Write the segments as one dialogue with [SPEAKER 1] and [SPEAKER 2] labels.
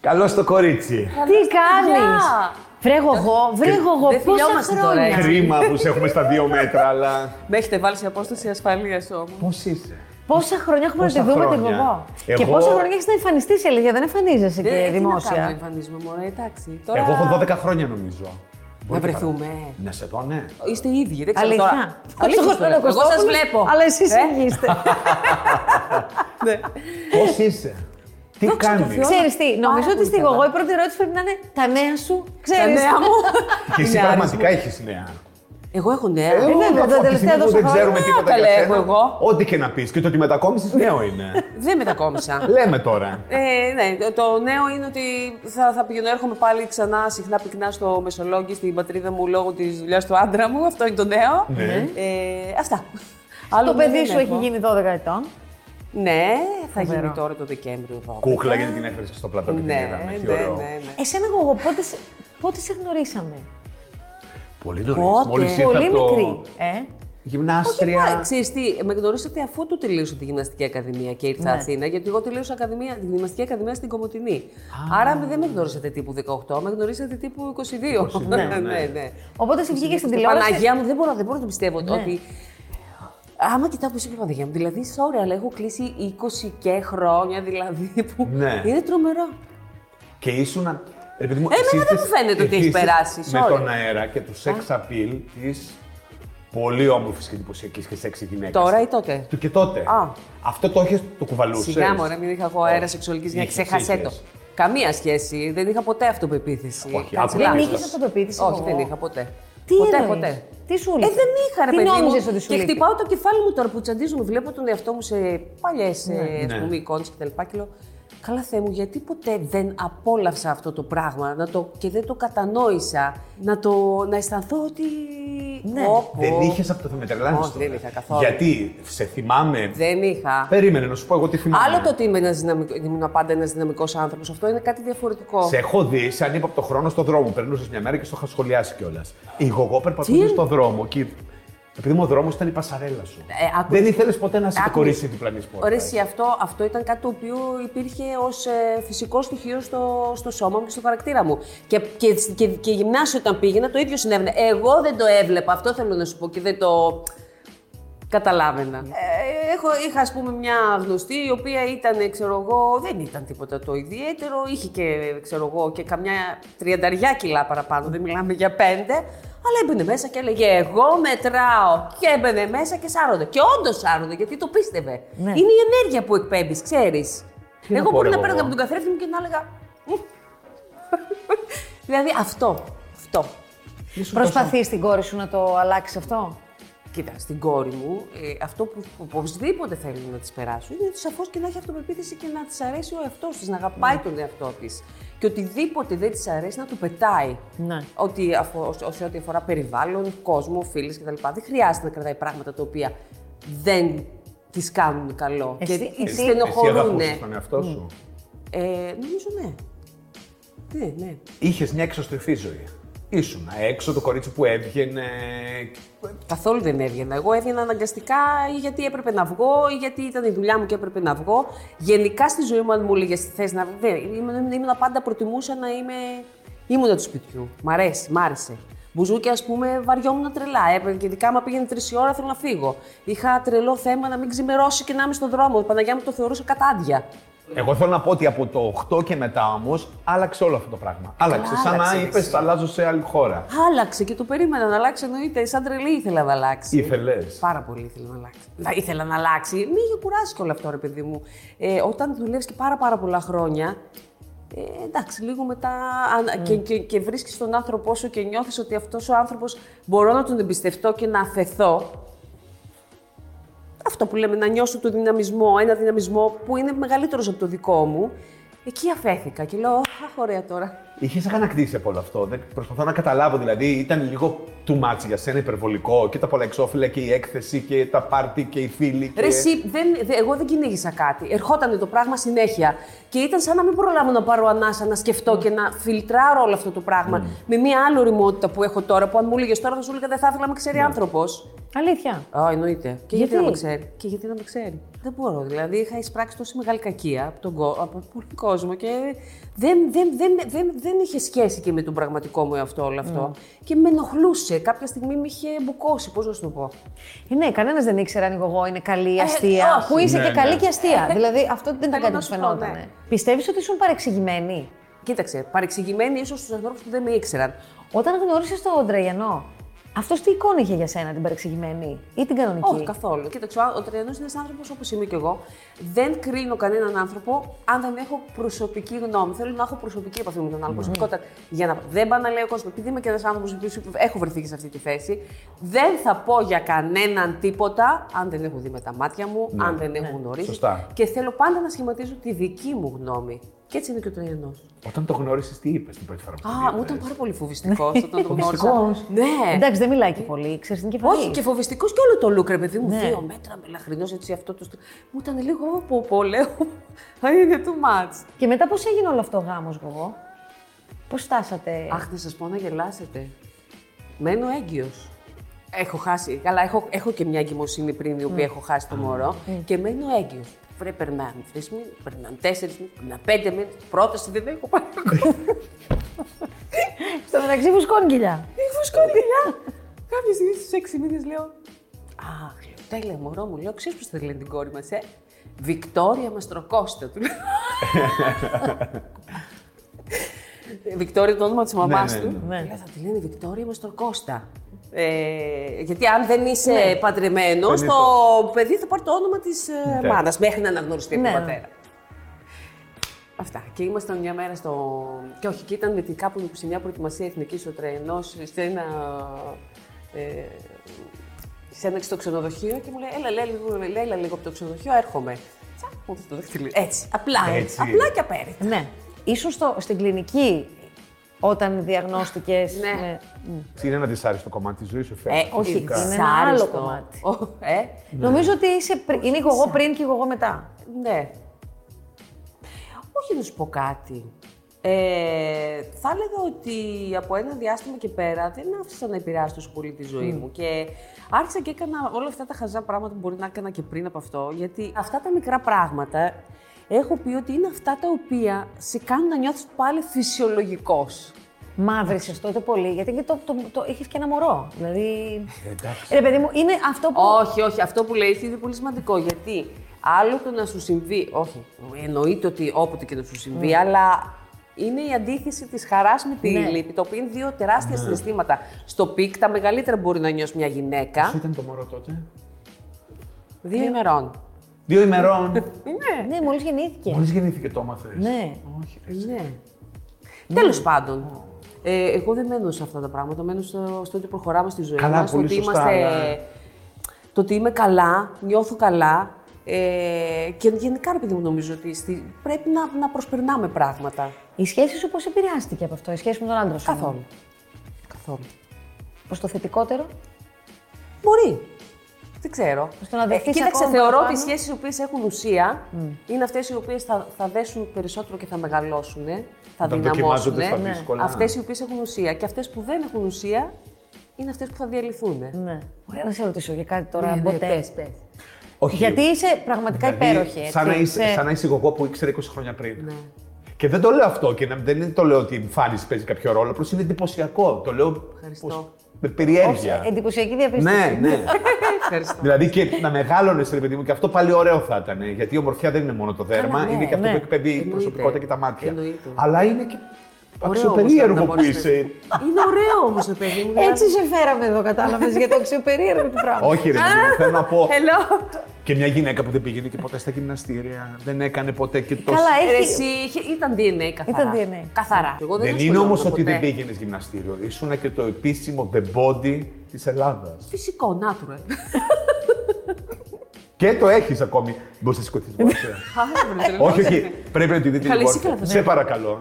[SPEAKER 1] Καλό το κορίτσι.
[SPEAKER 2] Τι κάνεις. Βρέγω εγώ, βρέγω εγώ.
[SPEAKER 3] Δεν
[SPEAKER 2] Πόσα
[SPEAKER 3] φιλιόμαστε τώρα,
[SPEAKER 2] χρόνια.
[SPEAKER 3] έτσι.
[SPEAKER 1] Κρίμα που σε έχουμε στα δύο μέτρα, αλλά.
[SPEAKER 3] Με έχετε βάλει σε απόσταση ασφαλείας όμως.
[SPEAKER 1] Πώς είσαι.
[SPEAKER 2] Πόσα χρόνια έχουμε να τη
[SPEAKER 1] Πόσα
[SPEAKER 2] δούμε την
[SPEAKER 1] χρόνια.
[SPEAKER 2] εγώ. Και
[SPEAKER 1] Εγώ-
[SPEAKER 2] πόσα χρόνια έχεις να εμφανιστείς, η αλήθεια. Δεν εμφανίζεσαι και
[SPEAKER 3] Ε, Τι να
[SPEAKER 2] Ε, δημόσια.
[SPEAKER 3] κάνουμε, εμφανίζουμε μόνο, εντάξει. Τώρα...
[SPEAKER 1] Εγώ έχω 12 χρόνια νομίζω.
[SPEAKER 3] Να
[SPEAKER 1] Μπορεί και
[SPEAKER 3] βρεθούμε.
[SPEAKER 1] παραπάνω. Να σε δω, ναι.
[SPEAKER 3] Είστε οι ίδιοι, δεν ξέρω
[SPEAKER 2] Αλήθεια.
[SPEAKER 3] τώρα. Αλήθεια. τώρα. Εγώ σας βλέπω.
[SPEAKER 2] Αλλά εσείς
[SPEAKER 3] Ε,
[SPEAKER 2] εγγύστε.
[SPEAKER 3] ναι.
[SPEAKER 1] Πώς είσαι. Τι
[SPEAKER 3] Δόξα τω
[SPEAKER 1] κάνεις.
[SPEAKER 3] Θεώ.
[SPEAKER 2] Ξέρεις τι,
[SPEAKER 3] Πάρα
[SPEAKER 2] νομίζω ότι
[SPEAKER 3] πολύ
[SPEAKER 2] στη
[SPEAKER 3] καλά.
[SPEAKER 2] εγώ η πρώτη ερώτηση πρέπει να είναι τα νέα σου.
[SPEAKER 3] Τα
[SPEAKER 2] Ξέρει.
[SPEAKER 3] νέα μου.
[SPEAKER 1] Και εσύ
[SPEAKER 3] Είναι
[SPEAKER 1] πραγματικά
[SPEAKER 3] άρισμα.
[SPEAKER 1] έχεις νέα.
[SPEAKER 3] Εγώ έχω νέα.
[SPEAKER 2] βέβαια,
[SPEAKER 1] από
[SPEAKER 2] τα
[SPEAKER 1] τη στιγμή
[SPEAKER 2] τελευταία
[SPEAKER 1] που
[SPEAKER 2] δώσα
[SPEAKER 1] Δεν
[SPEAKER 2] χρόνια.
[SPEAKER 1] ξέρουμε
[SPEAKER 3] Ναι,
[SPEAKER 1] τίποτα
[SPEAKER 3] τα
[SPEAKER 1] για
[SPEAKER 3] λέω
[SPEAKER 1] σένα,
[SPEAKER 3] εγώ.
[SPEAKER 1] Ό,τι και να πεις και το ότι μετακόμισες νέο είναι.
[SPEAKER 3] Δεν μετακόμισα.
[SPEAKER 1] Λέμε τώρα.
[SPEAKER 3] Ε, ναι, το- το νέο είναι ότι θα, θα πηγαίνω, έρχομαι πάλι ξανά συχνά πυκνά στο Μεσολόγγι, στην πατρίδα μου, λόγω της δουλειάς του άντρα μου. Αυτό είναι το νέο.
[SPEAKER 1] Ναι.
[SPEAKER 3] Ε, αυτά. Άλλο
[SPEAKER 2] Το
[SPEAKER 3] νέο
[SPEAKER 2] παιδί
[SPEAKER 3] δεν
[SPEAKER 2] σου έχει
[SPEAKER 3] έχω.
[SPEAKER 2] γίνει 12 ετών.
[SPEAKER 3] Ναι, θα
[SPEAKER 2] Φοβερό.
[SPEAKER 3] γίνει τώρα το Δεκέμβριο. εδώ.
[SPEAKER 1] Κούκλα γιατί την έφερες στο πλατό και την
[SPEAKER 3] Ναι,
[SPEAKER 1] είδαμε.
[SPEAKER 3] ναι,
[SPEAKER 1] Τι
[SPEAKER 3] ναι,
[SPEAKER 1] ωραίο.
[SPEAKER 3] ναι.
[SPEAKER 2] Εσένα εγώ πότε, σε- πότε σε γνωρίσαμε.
[SPEAKER 1] Πολύ νωρίς.
[SPEAKER 3] Πότε.
[SPEAKER 1] Μόλις ήρθα
[SPEAKER 2] Πολύ
[SPEAKER 1] από το
[SPEAKER 2] μικρή. Ε.
[SPEAKER 3] Μα,
[SPEAKER 1] Γυμνάστρια.
[SPEAKER 3] Ξέρεις τι, με γνωρίσατε αφού το τελείωσα τη γυμναστική ακαδημία και ήρθα Αθήνα, γιατί εγώ τελείωσα ακαδημία, τη γυμναστική ακαδημία στην Κομωτινή. Άρα με- δεν με γνωρίσατε τύπου 18, με γνωρίσατε τύπου 22. ναι, ναι, ναι.
[SPEAKER 2] Οπότε σε βγήκε στην
[SPEAKER 3] Στην
[SPEAKER 2] τηλεόραση.
[SPEAKER 3] Παναγία μου, δεν μπορώ, δεν μπορώ να το πιστεύω ότι. Άμα κοιτάω που είσαι και η Παναγία μου, δηλαδή, sorry, αλλά έχω κλείσει 20 και χρόνια, δηλαδή. Που
[SPEAKER 1] Ναι.
[SPEAKER 3] Είναι τρομερό.
[SPEAKER 1] Και ήσουν. Επειδή μου,
[SPEAKER 3] Εμένα
[SPEAKER 1] εσύ
[SPEAKER 3] δεν
[SPEAKER 1] ήρθες-
[SPEAKER 3] μου φαίνεται ότι
[SPEAKER 1] εσύ
[SPEAKER 3] έχεις
[SPEAKER 1] ήρθες
[SPEAKER 3] περάσει,
[SPEAKER 1] Με
[SPEAKER 3] sorry.
[SPEAKER 1] τον αέρα και τους sex appeal της πολύ όμορφης και εντυπωσιακής και σεξι γυναίκας.
[SPEAKER 3] Τώρα ή τότε.
[SPEAKER 1] Και τότε.
[SPEAKER 3] Α.
[SPEAKER 1] Αυτό το είχες, το κουβαλούσες.
[SPEAKER 3] Σιγά μου, μην είχα εγώ αέρα
[SPEAKER 1] Όχι.
[SPEAKER 3] σεξουαλική για να
[SPEAKER 1] Είχες,
[SPEAKER 3] ξέχασέ το.
[SPEAKER 1] είχες.
[SPEAKER 3] Καμία σχέση. Δεν είχα ποτέ αυτοπεποίθηση.
[SPEAKER 1] Όχι,
[SPEAKER 3] Κάτσε,
[SPEAKER 1] άκουσα
[SPEAKER 2] Δεν
[SPEAKER 3] λάθος.
[SPEAKER 2] νίκησε αυτοπεποίθηση.
[SPEAKER 3] Όχι,
[SPEAKER 2] εγώ.
[SPEAKER 3] δεν είχα ποτέ.
[SPEAKER 2] Τι
[SPEAKER 3] ποτέ,
[SPEAKER 2] εννοείς?
[SPEAKER 3] ποτέ.
[SPEAKER 2] Τι σου
[SPEAKER 3] Ε,
[SPEAKER 2] λείπει?
[SPEAKER 3] δεν είχα, ρε
[SPEAKER 2] Τι
[SPEAKER 3] παιδί μου.
[SPEAKER 2] νόμιζες ότι σου
[SPEAKER 3] Και
[SPEAKER 2] λείπει?
[SPEAKER 3] χτυπάω το κεφάλι μου τώρα που τσαντίζομαι. Βλέπω τον εαυτό μου σε παλιές ναι. πούμε, εικόνες κτλ. Και λέω, Καλά Θεέ μου, γιατί ποτέ δεν απόλαυσα αυτό το πράγμα να το, και δεν το κατανόησα, να, το, να αισθανθώ ότι.
[SPEAKER 2] Ναι.
[SPEAKER 3] Πω, πω.
[SPEAKER 1] Δεν είχες αυτό το μετρελάνο.
[SPEAKER 3] Όχι, δεν είχα καθόλου.
[SPEAKER 1] Γιατί σε θυμάμαι.
[SPEAKER 3] Δεν είχα.
[SPEAKER 1] Περίμενε να σου πω εγώ τι θυμάμαι.
[SPEAKER 3] Άλλο το ότι είμαι ένας δυναμικο- ήμουν πάντα ένας δυναμικός άνθρωπος. Αυτό είναι κάτι διαφορετικό.
[SPEAKER 1] Σε έχω δεις σε ανύπαπτο χρόνο στον δρόμο. Περνούσες μια μέρα και στο είχα σχολιάσει κιόλας. Η γογό περπατούσε
[SPEAKER 3] Τι?
[SPEAKER 1] στον δρόμο και. Επειδή μου ο δρόμος ήταν η πασαρέλα σου.
[SPEAKER 3] Ε, άκου-
[SPEAKER 1] Δεν ήθελες ποτέ να είσαι το
[SPEAKER 3] άκου-
[SPEAKER 1] κορίτσι διπλανή πόρτα.
[SPEAKER 3] Ωραία, εσύ, αυτό, αυτό ήταν κάτι το οποίο υπήρχε ως φυσικό στοιχείο στο, στο σώμα μου και στο χαρακτήρα μου. Και, και, και, και γυμνάσιο όταν πήγαινα το ίδιο συνέβαινε. Εγώ δεν το έβλεπα, αυτό θέλω να σου πω και δεν το. Καταλάβαινα. Ε, έχω, είχα, ας πούμε, μια γνωστή η οποία ήταν, ξέρω εγώ, δεν ήταν τίποτα το ιδιαίτερο. Είχε και, ξέρω εγώ, και καμιά τριανταριά κιλά παραπάνω, δεν μιλάμε για πέντε. Αλλά έμπαινε μέσα και έλεγε «Εγώ μετράω» και έμπαινε μέσα και σάρωνε. Και όντως σάρωνε, γιατί το πίστευε.
[SPEAKER 2] Ναι.
[SPEAKER 3] Είναι η ενέργεια που εκπέμπεις, ξέρεις.
[SPEAKER 1] να
[SPEAKER 3] Εγώ
[SPEAKER 1] πω,
[SPEAKER 3] μπορεί
[SPEAKER 1] ρε,
[SPEAKER 3] να παίρνω
[SPEAKER 1] εγώ.
[SPEAKER 3] από τον καθρέφτη μου και να έλεγα «Μμ». Δηλαδή αυτό, αυτό.
[SPEAKER 2] Προσπαθείς την κόρη σου να το αλλάξεις αυτό.
[SPEAKER 3] Κοίτα, στην κόρη μου, ε, αυτό που που οπωσδήποτε θέλει να της περάσω είναι ότι σαφώς και να έχει αυτοπεποίθηση και να της αρέσει ο εαυτός της, να αγαπάει
[SPEAKER 2] Ναι.
[SPEAKER 3] τον εαυτό της. Και οτιδήποτε δεν της αρέσει να το πετάει.
[SPEAKER 2] Ναι.
[SPEAKER 3] Ότι, αφο- ως- ως- σε ό,τι αφορά περιβάλλον, κόσμο, φίλες κτλ. Δεν χρειάζεται να κρατάει πράγματα τα οποία δεν της κάνουν καλό.
[SPEAKER 2] Εσύ-
[SPEAKER 3] και
[SPEAKER 2] εσύ-
[SPEAKER 1] Εσύ
[SPEAKER 3] στενοχωρούν.
[SPEAKER 1] αγαπούσες τον εαυτό σου.
[SPEAKER 3] Ε, νομίζω ναι. Ναι, ναι.
[SPEAKER 1] Είχες μια εξωστρεφή ζωή. Ήσουν ε, έξω το κορίτσι που έβγαινε.
[SPEAKER 3] Καθόλου δεν έβγαινα. Εγώ έβγαινα αναγκαστικά ή γιατί έπρεπε να βγω ή γιατί ήταν η δουλειά μου και έπρεπε να βγω. Γενικά στη ζωή μου, αν μου έλεγες θες να βγει. Ήμουν, ήμουν πάντα προτιμούσα να είμαι. ήμουνα του σπιτιού. Μ' αρέσει, μ' άρεσε. Μπουζούκια, ας πούμε, βαριόμουν τρελά. Έπαιρνε και ειδικά, άμα πήγαινε τρεις ώρα, θέλω να φύγω. Είχα τρελό θέμα να μην ξημερώσει και να είμαι στον δρόμο. Η Παναγιά μου το θεωρούσε κατάδια.
[SPEAKER 1] Εγώ θέλω να πω ότι από το 8 και μετά όμως άλλαξε όλο αυτό το πράγμα. Άλλαξε. Σαν να
[SPEAKER 3] άλλαξε,
[SPEAKER 1] είπες,
[SPEAKER 3] εσύ.
[SPEAKER 1] αλλάζω σε άλλη χώρα.
[SPEAKER 3] Άλλαξε και το περίμενα να αλλάξει, εννοείται. Σαν τρελή ήθελα να αλλάξει.
[SPEAKER 1] Ήθελες.
[SPEAKER 3] Πάρα πολύ ήθελα να αλλάξει. Θα ήθελα να αλλάξει. Μη είχε κουράσει και όλο αυτό, ρε παιδί μου. Ε, όταν δουλεύεις και πάρα, πάρα πολλά χρόνια. Ε, εντάξει, λίγο μετά αν- και, και, και βρίσκεις τον άνθρωπό σου και νιώθεις ότι αυτός ο άνθρωπος μπορώ να τον εμπιστευτώ και να αφαιθώ. Αυτό που λέμε, να νιώσω το δυναμισμό, ένα δυναμισμό που είναι μεγαλύτερος από το δικό μου. Εκεί αφέθηκα και λέω, Αχ, ωραία τώρα.
[SPEAKER 1] Είχες αγανακτήσει από όλο αυτό. Δεν προσπαθώ να καταλάβω, δηλαδή ήταν λίγο too much για σένα, υπερβολικό και τα πολλά εξώφυλλα και η έκθεση και τα πάρτι και οι φίλοι. Και...
[SPEAKER 3] Ρε, εσύ, δεν, δε- εγώ δεν κυνήγησα κάτι. Ερχόταν το πράγμα συνέχεια. Και ήταν σαν να μην προλάβω να πάρω ανάσα, να σκεφτώ και να φιλτράρω όλο αυτό το πράγμα. Με μια άλλη ωριμότητα που έχω τώρα, που αν μου έλεγες τώρα θα σου έλεγα δεν θα ήθελα να με ξέρει άνθρωπος. άνθρωπος.
[SPEAKER 2] Αλήθεια.
[SPEAKER 3] Α, εννοείται. Και Ναι. γιατί?
[SPEAKER 2] Γιατί?
[SPEAKER 3] να με ξέρει. Και γιατί να με ξέρει. Δεν μπορώ. Δηλαδή, είχα εισπράξει τόση μεγάλη κακία από τον, κο- από τον κόσμο και δεν, δεν, δεν, δεν, δεν είχε σχέση και με τον πραγματικό μου εαυτό όλο αυτό. Και με ενοχλούσε. Κάποια στιγμή με είχε μπουκώσει, πώς να σου το πω.
[SPEAKER 2] Ε, ναι, κανένας δεν ήξερε αν η Γογό είναι καλή ή
[SPEAKER 3] Ε,
[SPEAKER 2] αστεία.
[SPEAKER 3] όχι. Ε,
[SPEAKER 2] που είσαι
[SPEAKER 1] Ναι,
[SPEAKER 2] και
[SPEAKER 1] ναι.
[SPEAKER 2] καλή και αστεία. δηλαδή αυτό δεν ήταν
[SPEAKER 3] Θέλω
[SPEAKER 2] κάτι
[SPEAKER 3] να
[SPEAKER 2] που
[SPEAKER 3] σου πω,
[SPEAKER 2] φαινόταν.
[SPEAKER 3] ναι.
[SPEAKER 2] Πιστεύεις ότι ήσουν παρεξηγημένη
[SPEAKER 3] Κοίταξε, παρεξηγημένη ίσως στους ανθρώπους που δεν με ήξεραν.
[SPEAKER 2] όταν γνώρισες τον Τραϊανό. Αυτός τι εικόνα είχε για σένα, την παρεξηγημένη ή την κανονική.
[SPEAKER 3] Όχι καθόλου. Κοίταξε, ο- ο Τριανό είναι ένας άνθρωπος όπως είμαι κι εγώ. Δεν κρίνω κανέναν άνθρωπο αν δεν έχω προσωπική γνώμη. Θέλω να έχω προσωπική επαφή με τον άλλο.
[SPEAKER 2] Ναι.
[SPEAKER 3] Προσωπικότητα. Για να... Δεν πάω να λέω κόσμος, επειδή είμαι και ένας άνθρωπος που έχω βρεθεί και σε αυτή τη θέση, δεν θα πω για κανέναν τίποτα αν δεν έχω δει με τα μάτια μου,
[SPEAKER 2] Ναι.
[SPEAKER 3] αν δεν έχω γνωρίσει.
[SPEAKER 1] Σωστά.
[SPEAKER 3] Και θέλω πάντα να σχηματίζω τη δική μου γνώμη. Και έτσι είναι και ο Τριανός.
[SPEAKER 1] Όταν το γνώρισες, τι είπες την πρώτη φορά που
[SPEAKER 3] Α,
[SPEAKER 1] το
[SPEAKER 3] μου ήταν
[SPEAKER 1] είδες?
[SPEAKER 3] πάρα πολύ φοβιστικός όταν το γνώρισα.
[SPEAKER 2] Φοβιστικός.
[SPEAKER 3] Ναι.
[SPEAKER 2] Εντάξει, δεν μιλάει και πολύ, ξέρεις την κεφαλή.
[SPEAKER 3] Όχι, και φοβιστικός και όλο το look, ρε παιδί μου. Δύο μέτρα, μελαχρινός έτσι αυτό το. στυλ. Μου ήταν λίγο πω πω, λέω. Θα είναι too much.
[SPEAKER 2] Και μετά πώς έγινε όλο αυτό ο γάμος, Γογό. Πώς φτάσατε.
[SPEAKER 3] Αχ, να σας πω να γελάσετε. Μένω έγκυος. Έχω χάσει. Καλά, έχω, έχω και μια εγκυμοσύνη πριν, η οποία έχω χάσει το μωρό. Και μένω έγκυος. Βρε, περνάνε τρεις μήνες, περνάνε τέσσερις μήνες, περνάνε πέντε μήνες. Πρόταση δεν έχω πάρει.
[SPEAKER 2] Στο μεταξύ βουσκών κοιλιά.
[SPEAKER 3] Έχω σκόνη γυλιά. Κάποια στιγμή στους έξι μήνες λέω. Αχ, λέω, τέλεια μωρό μου, λέω, ξέρεις πώς θα λένε την κόρη μας, ε. Βικτόρια Μαστροκώστα, του λέω. Ε, Βικτόρια, το όνομα της μαμάς
[SPEAKER 1] ναι,
[SPEAKER 3] του.
[SPEAKER 2] ναι.
[SPEAKER 3] Λέω, θα τη λένε Βικτόρια Μαστροκώστα. Ε, γιατί αν δεν είσαι ναι. παντρεμένος,
[SPEAKER 1] Δεν
[SPEAKER 3] το παιδί θα πάρει το όνομα της ε,
[SPEAKER 1] Ναι.
[SPEAKER 3] μάνας μέχρι να αναγνωριστεί από τον
[SPEAKER 2] Ναι.
[SPEAKER 3] πατέρα. Αυτά. Και ήμασταν μια μέρα στο. Και όχι, και ήταν με την κάπου σε μια προετοιμασία εθνικής ο τρένο σε ένα. Ε, σε ένα στο ξενοδοχείο και μου λέει: Έλα, λέει λίγο, λέει, έλα λίγο από το ξενοδοχείο, έρχομαι. Τσακ, μου έδωσε το δάχτυλι. Έτσι. Απλά.
[SPEAKER 1] Έτσι.
[SPEAKER 3] Απλά και απέρι.
[SPEAKER 2] Ναι. Ήσουν στο, στην κλινική όταν διαγνώστηκες.
[SPEAKER 3] Ναι.
[SPEAKER 1] Είναι ένα δυσάρεστο κομμάτι της ζωής σου, φαίνεται.
[SPEAKER 3] Ε,
[SPEAKER 2] όχι,
[SPEAKER 3] ειδικά.
[SPEAKER 2] είναι ένα άλλο
[SPEAKER 3] Σάριστο.
[SPEAKER 2] κομμάτι.
[SPEAKER 3] Ω, Ε,
[SPEAKER 1] Ναι.
[SPEAKER 2] Νομίζω ότι είσαι, πρι- είναι η Γογό πριν και η Γογό μετά.
[SPEAKER 3] ναι. Όχι να σου πω κάτι. Ε, θα έλεγα ότι από ένα διάστημα και πέρα δεν άφησα να επηρεάσει τόσο πολύ τη ζωή μου. Και άρχισα και έκανα όλα αυτά τα χαζά πράγματα που μπορεί να έκανα και πριν από αυτό. Γιατί αυτά τα μικρά πράγματα έχω πει ότι είναι αυτά τα οποία σε κάνουν να νιώθεις πάλι φυσιολογικός.
[SPEAKER 2] Μαύρισε τότε πολύ, γιατί και το, το, το είχες και ένα μωρό. Δηλαδή.
[SPEAKER 3] Ε,
[SPEAKER 1] Εντάξει.
[SPEAKER 2] Ρε παιδί μου, είναι αυτό που.
[SPEAKER 3] Όχι, όχι, αυτό που λέει είναι πολύ σημαντικό. Γιατί άλλο το να σου συμβεί. Όχι, εννοείται ότι όποτε και να σου συμβεί, αλλά είναι η αντίθεση της χαράς με τη
[SPEAKER 2] Ναι.
[SPEAKER 3] λύπη, το οποίο είναι δύο τεράστια συναισθήματα. Στο πικ, τα μεγαλύτερα που μπορεί να νιώσεις μια γυναίκα.
[SPEAKER 1] Πόσο ήταν το μωρό τότε.
[SPEAKER 3] Δύο ημερών.
[SPEAKER 1] Δύο ημερών.
[SPEAKER 3] Ναι.
[SPEAKER 2] Ναι, μόλις γεννήθηκε.
[SPEAKER 1] Μόλις γεννήθηκε το έμαθες.
[SPEAKER 2] Ναι.
[SPEAKER 1] Όχι. ρε.
[SPEAKER 3] ναι. Τέλος πάντων. Ε, εγώ δεν μένω σε αυτά τα πράγματα. Μένω στο, στο ότι προχωράμε στη ζωή
[SPEAKER 1] Καλά,
[SPEAKER 3] μας, στο
[SPEAKER 1] πολύ
[SPEAKER 3] ότι
[SPEAKER 1] σωστά,
[SPEAKER 3] είμαστε.
[SPEAKER 1] αλλά-
[SPEAKER 3] Το ότι είμαι καλά, νιώθω καλά. Ε, και γενικά, ρε παιδί μου, νομίζω ότι στη- πρέπει να, να προσπερνάμε πράγματα.
[SPEAKER 2] Η σχέση σου πώς επηρεάστηκε από αυτό, η σχέση με τον άντρα σου.
[SPEAKER 3] Καθόλου. Καθόλου.
[SPEAKER 2] Προς το θετικότερο.
[SPEAKER 3] Μπορεί. Δεν ξέρω. Ε,
[SPEAKER 2] Στο να δεχθείς
[SPEAKER 3] κοίταξε,
[SPEAKER 2] ακόμα
[SPEAKER 3] θεωρώ ότι οι
[SPEAKER 2] παραπάνω.
[SPEAKER 3] σχέσεις οι οποίες έχουν ουσία είναι αυτές οι οποίες θα, θα δέσουν περισσότερο και θα μεγαλώσουν, θα
[SPEAKER 1] Όταν δοκιμάζονται
[SPEAKER 3] δυναμώσουν.
[SPEAKER 1] στα
[SPEAKER 2] Ναι.
[SPEAKER 1] δύσκολα.
[SPEAKER 3] Αυτές οι οποίες έχουν ουσία. Και αυτές που δεν έχουν ουσία είναι αυτές που θα διαλυθούν.
[SPEAKER 2] Ναι. Ωραία, να σε ρωτήσω για κάτι τώρα.
[SPEAKER 3] Ναι, ναι,
[SPEAKER 2] ποτέ.
[SPEAKER 3] πες, πες.
[SPEAKER 1] Όχι.
[SPEAKER 2] Γιατί είσαι πραγματικά
[SPEAKER 1] Δηλαδή,
[SPEAKER 2] υπέροχη. Έτσι. Ναι.
[SPEAKER 1] Σαν να είσαι,
[SPEAKER 2] Σε-
[SPEAKER 1] σαν να είσαι εγώ που ήξερε 20 χρόνια πριν.
[SPEAKER 3] Ναι.
[SPEAKER 2] Ναι.
[SPEAKER 1] Και δεν το λέω αυτό και να- δεν το λέω ότι η εμφάνιση παίζει κάποιο ρόλο, απλώς είναι εντυπωσιακό. Το λέω
[SPEAKER 3] Ευχαριστώ.
[SPEAKER 1] πως- με περιέργεια.
[SPEAKER 2] Όχι, εντυπωσιακή διαπίστωση.
[SPEAKER 1] Ναι, ναι.
[SPEAKER 3] Ευχαριστώ.
[SPEAKER 1] δηλαδή και να μεγάλωνες, ρε παιδί μου, και αυτό πάλι ωραίο θα ήταν. Γιατί η ομορφιά δεν είναι μόνο το δέρμα,
[SPEAKER 2] Καλά, ναι,
[SPEAKER 1] είναι και αυτό
[SPEAKER 2] ναι.
[SPEAKER 1] που εκπέμπει η
[SPEAKER 3] Εννοείται.
[SPEAKER 1] προσωπικότητα και τα μάτια.
[SPEAKER 3] Εννοείται.
[SPEAKER 1] Αλλά είναι και
[SPEAKER 3] Ωραίο όμως να-
[SPEAKER 1] αξιοπερίεργο
[SPEAKER 3] να
[SPEAKER 1] που
[SPEAKER 3] μπορείς να-
[SPEAKER 1] είσαι.
[SPEAKER 3] Είναι ωραίο όμως το παιδί μου. δηλαδή.
[SPEAKER 2] Έτσι σε φέραμε εδώ, κατάλαβες για το αξιοπερίεργο του πράγμα.
[SPEAKER 1] Όχι, ρε παιδί μου, θέλω να πω.
[SPEAKER 3] Hello.
[SPEAKER 1] Και μια γυναίκα που δεν πήγαινε και ποτέ στα γυμναστήρια, δεν έκανε ποτέ και το.
[SPEAKER 2] Καλά,
[SPEAKER 3] Ρε,
[SPEAKER 2] έχει.
[SPEAKER 3] εσύ, είχε- ήταν DNA καθαρά.
[SPEAKER 2] Ήταν DNA.
[SPEAKER 3] Καθαρά. Εγώ
[SPEAKER 1] Δεν είναι
[SPEAKER 3] ασχολιόμουν
[SPEAKER 1] όμω ότι
[SPEAKER 3] ποτέ.
[SPEAKER 1] δεν πήγαινες γυμναστήριο. Ήσουν και το επίσημο the body της Ελλάδας.
[SPEAKER 3] Φυσικό, natural.
[SPEAKER 1] Και το έχεις ακόμη. Μπορείς να σηκωθείς βόρεια. Όχι,
[SPEAKER 3] Όχι,
[SPEAKER 1] όχι. Πρέπει να τη δείτε
[SPEAKER 3] Καλά,
[SPEAKER 1] λίγο.
[SPEAKER 3] εσύ καλά θα
[SPEAKER 1] Σε
[SPEAKER 3] δω.
[SPEAKER 1] παρακαλώ.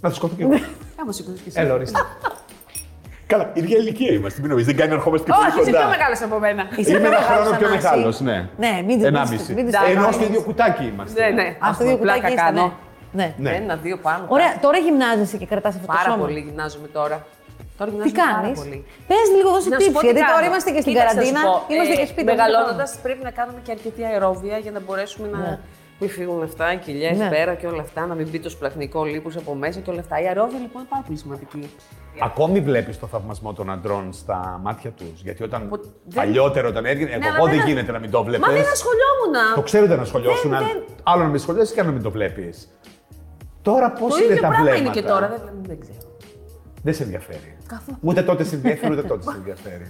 [SPEAKER 1] Να τη σηκωθώ και εγώ.
[SPEAKER 3] Άμα σηκωθείς και εσύ.
[SPEAKER 1] Έλα, ορίστε. Καλά, η ίδια ηλικία είμαστε. Μην νομίζετε, δεν κάνει ερχόμαστε και
[SPEAKER 3] Όχι,
[SPEAKER 1] πολύ
[SPEAKER 3] είσαι πιο
[SPEAKER 1] κοντά.
[SPEAKER 3] μεγάλος από μένα.
[SPEAKER 2] Είσαι
[SPEAKER 1] Είμαι ένα
[SPEAKER 2] μεγάλος,
[SPEAKER 1] χρόνο πιο
[SPEAKER 2] Θανάση.
[SPEAKER 1] μεγάλο, ναι.
[SPEAKER 2] Ναι, μην τη
[SPEAKER 1] Ενάμιση.
[SPEAKER 2] μην της-
[SPEAKER 1] Ενώ
[SPEAKER 2] Εντάξει.
[SPEAKER 1] στο ίδιο κουτάκι είμαστε.
[SPEAKER 3] Ναι, ναι.
[SPEAKER 2] Αυτό δύο
[SPEAKER 3] Πλάκα
[SPEAKER 2] κουτάκια είστε, ναι. Ναι.
[SPEAKER 1] Ναι.
[SPEAKER 3] Ένα, δύο πάνω.
[SPEAKER 2] Ωραία, τώρα γυμνάζεσαι και κρατάς αυτό το
[SPEAKER 3] Πάρα
[SPEAKER 2] σώμα.
[SPEAKER 3] πολύ γυμνάζομαι τώρα. Τώρα
[SPEAKER 2] Τι
[SPEAKER 3] γυμνάζομαι πάρα
[SPEAKER 2] κάνεις.
[SPEAKER 3] πολύ.
[SPEAKER 2] Πες λίγο, δώσε
[SPEAKER 3] Να σου πω
[SPEAKER 2] tips.
[SPEAKER 3] τι
[SPEAKER 2] Γιατί τώρα
[SPEAKER 3] κάνω.
[SPEAKER 2] είμαστε και στην
[SPEAKER 3] Κοίταξε, να σου
[SPEAKER 2] καραντίνα,
[SPEAKER 3] πω,
[SPEAKER 2] είμαστε
[SPEAKER 3] ε,
[SPEAKER 2] και σπίτι.
[SPEAKER 3] Μεγαλώνοντας πρέπει να κάνουμε και αρκετή αερόβια για να μπορέσουμε να μην φύγουν αυτά, οι κοιλιές
[SPEAKER 2] Ναι.
[SPEAKER 3] πέρα και όλα αυτά, να μην μπει το σπλαχνικό λίπος από μέσα και όλα αυτά. Η αερόβια λοιπόν είναι πάρα πολύ σημαντική.
[SPEAKER 1] Ακόμη βλέπεις το θαυμασμό των αντρών στα μάτια τους. Γιατί όταν.
[SPEAKER 3] Που δεν-
[SPEAKER 1] Παλιότερα όταν έβγαινε.
[SPEAKER 3] Ναι,
[SPEAKER 1] Εγώ
[SPEAKER 3] αλλά
[SPEAKER 1] δεν
[SPEAKER 3] δεν-
[SPEAKER 1] γίνεται να μην το βλέπει.
[SPEAKER 3] Μα δεν ασχολιόμουν.
[SPEAKER 1] Το ξέρετε να σχολιώσουν.
[SPEAKER 3] Δεν-
[SPEAKER 1] αν-
[SPEAKER 3] δεν-
[SPEAKER 1] Άλλο να με σχολιάσει και άλλο να μην το βλέπεις. Τώρα πώς
[SPEAKER 3] Το
[SPEAKER 1] είναι
[SPEAKER 3] ίδιο
[SPEAKER 1] τα
[SPEAKER 3] πράγμα
[SPEAKER 1] βλέμματα.
[SPEAKER 3] είναι και τώρα, δεν, δεν ξέρω.
[SPEAKER 1] Δεν σε ενδιαφέρει.
[SPEAKER 3] Καθόλου.
[SPEAKER 1] Ούτε τότε σε ενδιαφέρει, ούτε τότε σε ενδιαφέρει.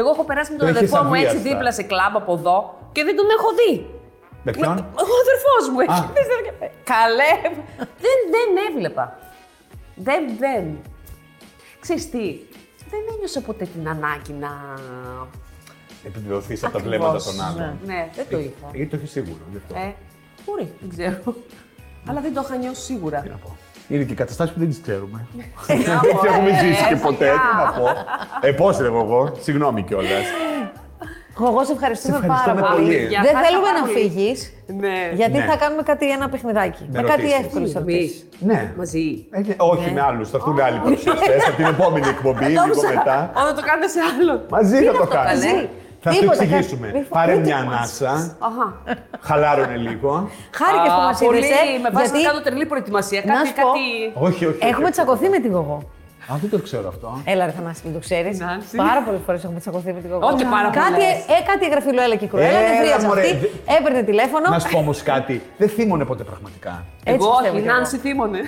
[SPEAKER 3] Εγώ έχω περάσει με τον
[SPEAKER 1] Το έχεις
[SPEAKER 3] αδερφό μου
[SPEAKER 1] αβίαστα.
[SPEAKER 3] έτσι δίπλα σε κλαμπ από εδώ και δεν τον έχω δει.
[SPEAKER 1] Με
[SPEAKER 3] Μα-
[SPEAKER 1] ποιον.
[SPEAKER 3] Ο αδερφός μου
[SPEAKER 1] Α.
[SPEAKER 3] έχει. δεν ξέρω και- Καλέ. δεν, δεν έβλεπα. Δεν, δεν. Ξέρεις τι, δεν ένιωσα ποτέ την ανάγκη να...
[SPEAKER 1] Επιβεβαιωθείς από τα
[SPEAKER 3] Ακριβώς.
[SPEAKER 1] βλέμματα των άλλων.
[SPEAKER 3] Ναι, δεν το είχα.
[SPEAKER 1] Γιατί το έχεις σίγουρο. Γι αυτό.
[SPEAKER 3] Ε, μπορεί, δεν ξέρω. Αλλά δεν το είχα νιώσει σίγουρα.
[SPEAKER 1] Τι να πω. Είναι και καταστάσεις που δεν τις ξέρουμε.
[SPEAKER 3] Μπράβο,
[SPEAKER 1] Και έχουμε
[SPEAKER 3] ε,
[SPEAKER 1] ζήσει και
[SPEAKER 3] φυσικά.
[SPEAKER 1] ποτέ. Τι να πω. Ε, πώς εγώ εγώ. Συγγνώμη κιόλας.
[SPEAKER 2] Εγώ σε ευχαριστούμε
[SPEAKER 1] Σε
[SPEAKER 2] πάρα
[SPEAKER 1] ευχαριστούμε πολύ.
[SPEAKER 2] πολύ.
[SPEAKER 1] Για
[SPEAKER 2] Δεν
[SPEAKER 3] χάρηκα
[SPEAKER 2] θέλουμε
[SPEAKER 3] πάρα
[SPEAKER 2] να
[SPEAKER 3] πολύ.
[SPEAKER 2] φύγεις,
[SPEAKER 3] Ναι.
[SPEAKER 2] γιατί
[SPEAKER 1] Ναι.
[SPEAKER 2] θα κάνουμε κάτι, ένα παιχνιδάκι. Με κάτι
[SPEAKER 1] ρωτήσεις.
[SPEAKER 2] εύκολο ερωτήσει.
[SPEAKER 3] Μαζί.
[SPEAKER 1] Ναι.
[SPEAKER 3] Μαζί.
[SPEAKER 1] Ε, ναι, όχι με άλλους. Θα έρθουν άλλοι παρουσιαστέ από την επόμενη
[SPEAKER 2] Ε,
[SPEAKER 1] εκπομπή, λίγο μετά.
[SPEAKER 3] Ό, θα το κάνετε σε άλλον.
[SPEAKER 1] Μαζί θα το
[SPEAKER 3] καλέ?
[SPEAKER 1] κάνουμε. Θα σου το
[SPEAKER 2] Τίποτα, κα-
[SPEAKER 1] εξηγήσουμε.
[SPEAKER 2] μη φο-
[SPEAKER 1] Πάρε
[SPEAKER 2] μην το
[SPEAKER 1] μια
[SPEAKER 2] φοβάσαι.
[SPEAKER 1] ανάσα,
[SPEAKER 3] Αχα.
[SPEAKER 1] χαλάρωνε λίγο.
[SPEAKER 2] Χάρηκες που ε,
[SPEAKER 3] Α,
[SPEAKER 2] μας
[SPEAKER 3] πολύ,
[SPEAKER 2] είδες.
[SPEAKER 3] Με βάση να κάνω τρελή προετοιμασία.
[SPEAKER 2] Να
[SPEAKER 3] Κάτι,
[SPEAKER 2] σου πω.
[SPEAKER 3] κάτι...
[SPEAKER 1] Όχι, όχι, όχι.
[SPEAKER 2] Έχουμε τσακωθεί με τη γογό.
[SPEAKER 1] Α, δεν το ξέρω αυτό.
[SPEAKER 2] Έλα, ρε Θανάση, μην το ξέρεις.
[SPEAKER 3] Νάνση.
[SPEAKER 2] Πάρα πολλές φορές έχουμε τσακωθεί με τη γογό.
[SPEAKER 3] Ό,τι πάρα
[SPEAKER 2] κάτι,
[SPEAKER 3] πολλές.
[SPEAKER 2] ε, κάτι έγραφε η Λουέλα και η Κρουέλα.
[SPEAKER 1] Έλα,
[SPEAKER 2] Δεν χρειάζεται
[SPEAKER 1] μωρέ,
[SPEAKER 2] αυτή.
[SPEAKER 1] δε-
[SPEAKER 2] Έπαιρνε τηλέφωνο.
[SPEAKER 1] Να σου πω όμως κάτι. Δεν θύμωνε ποτέ πραγματικά.
[SPEAKER 2] Έτσι
[SPEAKER 3] Εγώ
[SPEAKER 2] πιστεύω
[SPEAKER 3] όχι,
[SPEAKER 2] κι εγώ.
[SPEAKER 3] Νάνση θύμωνε.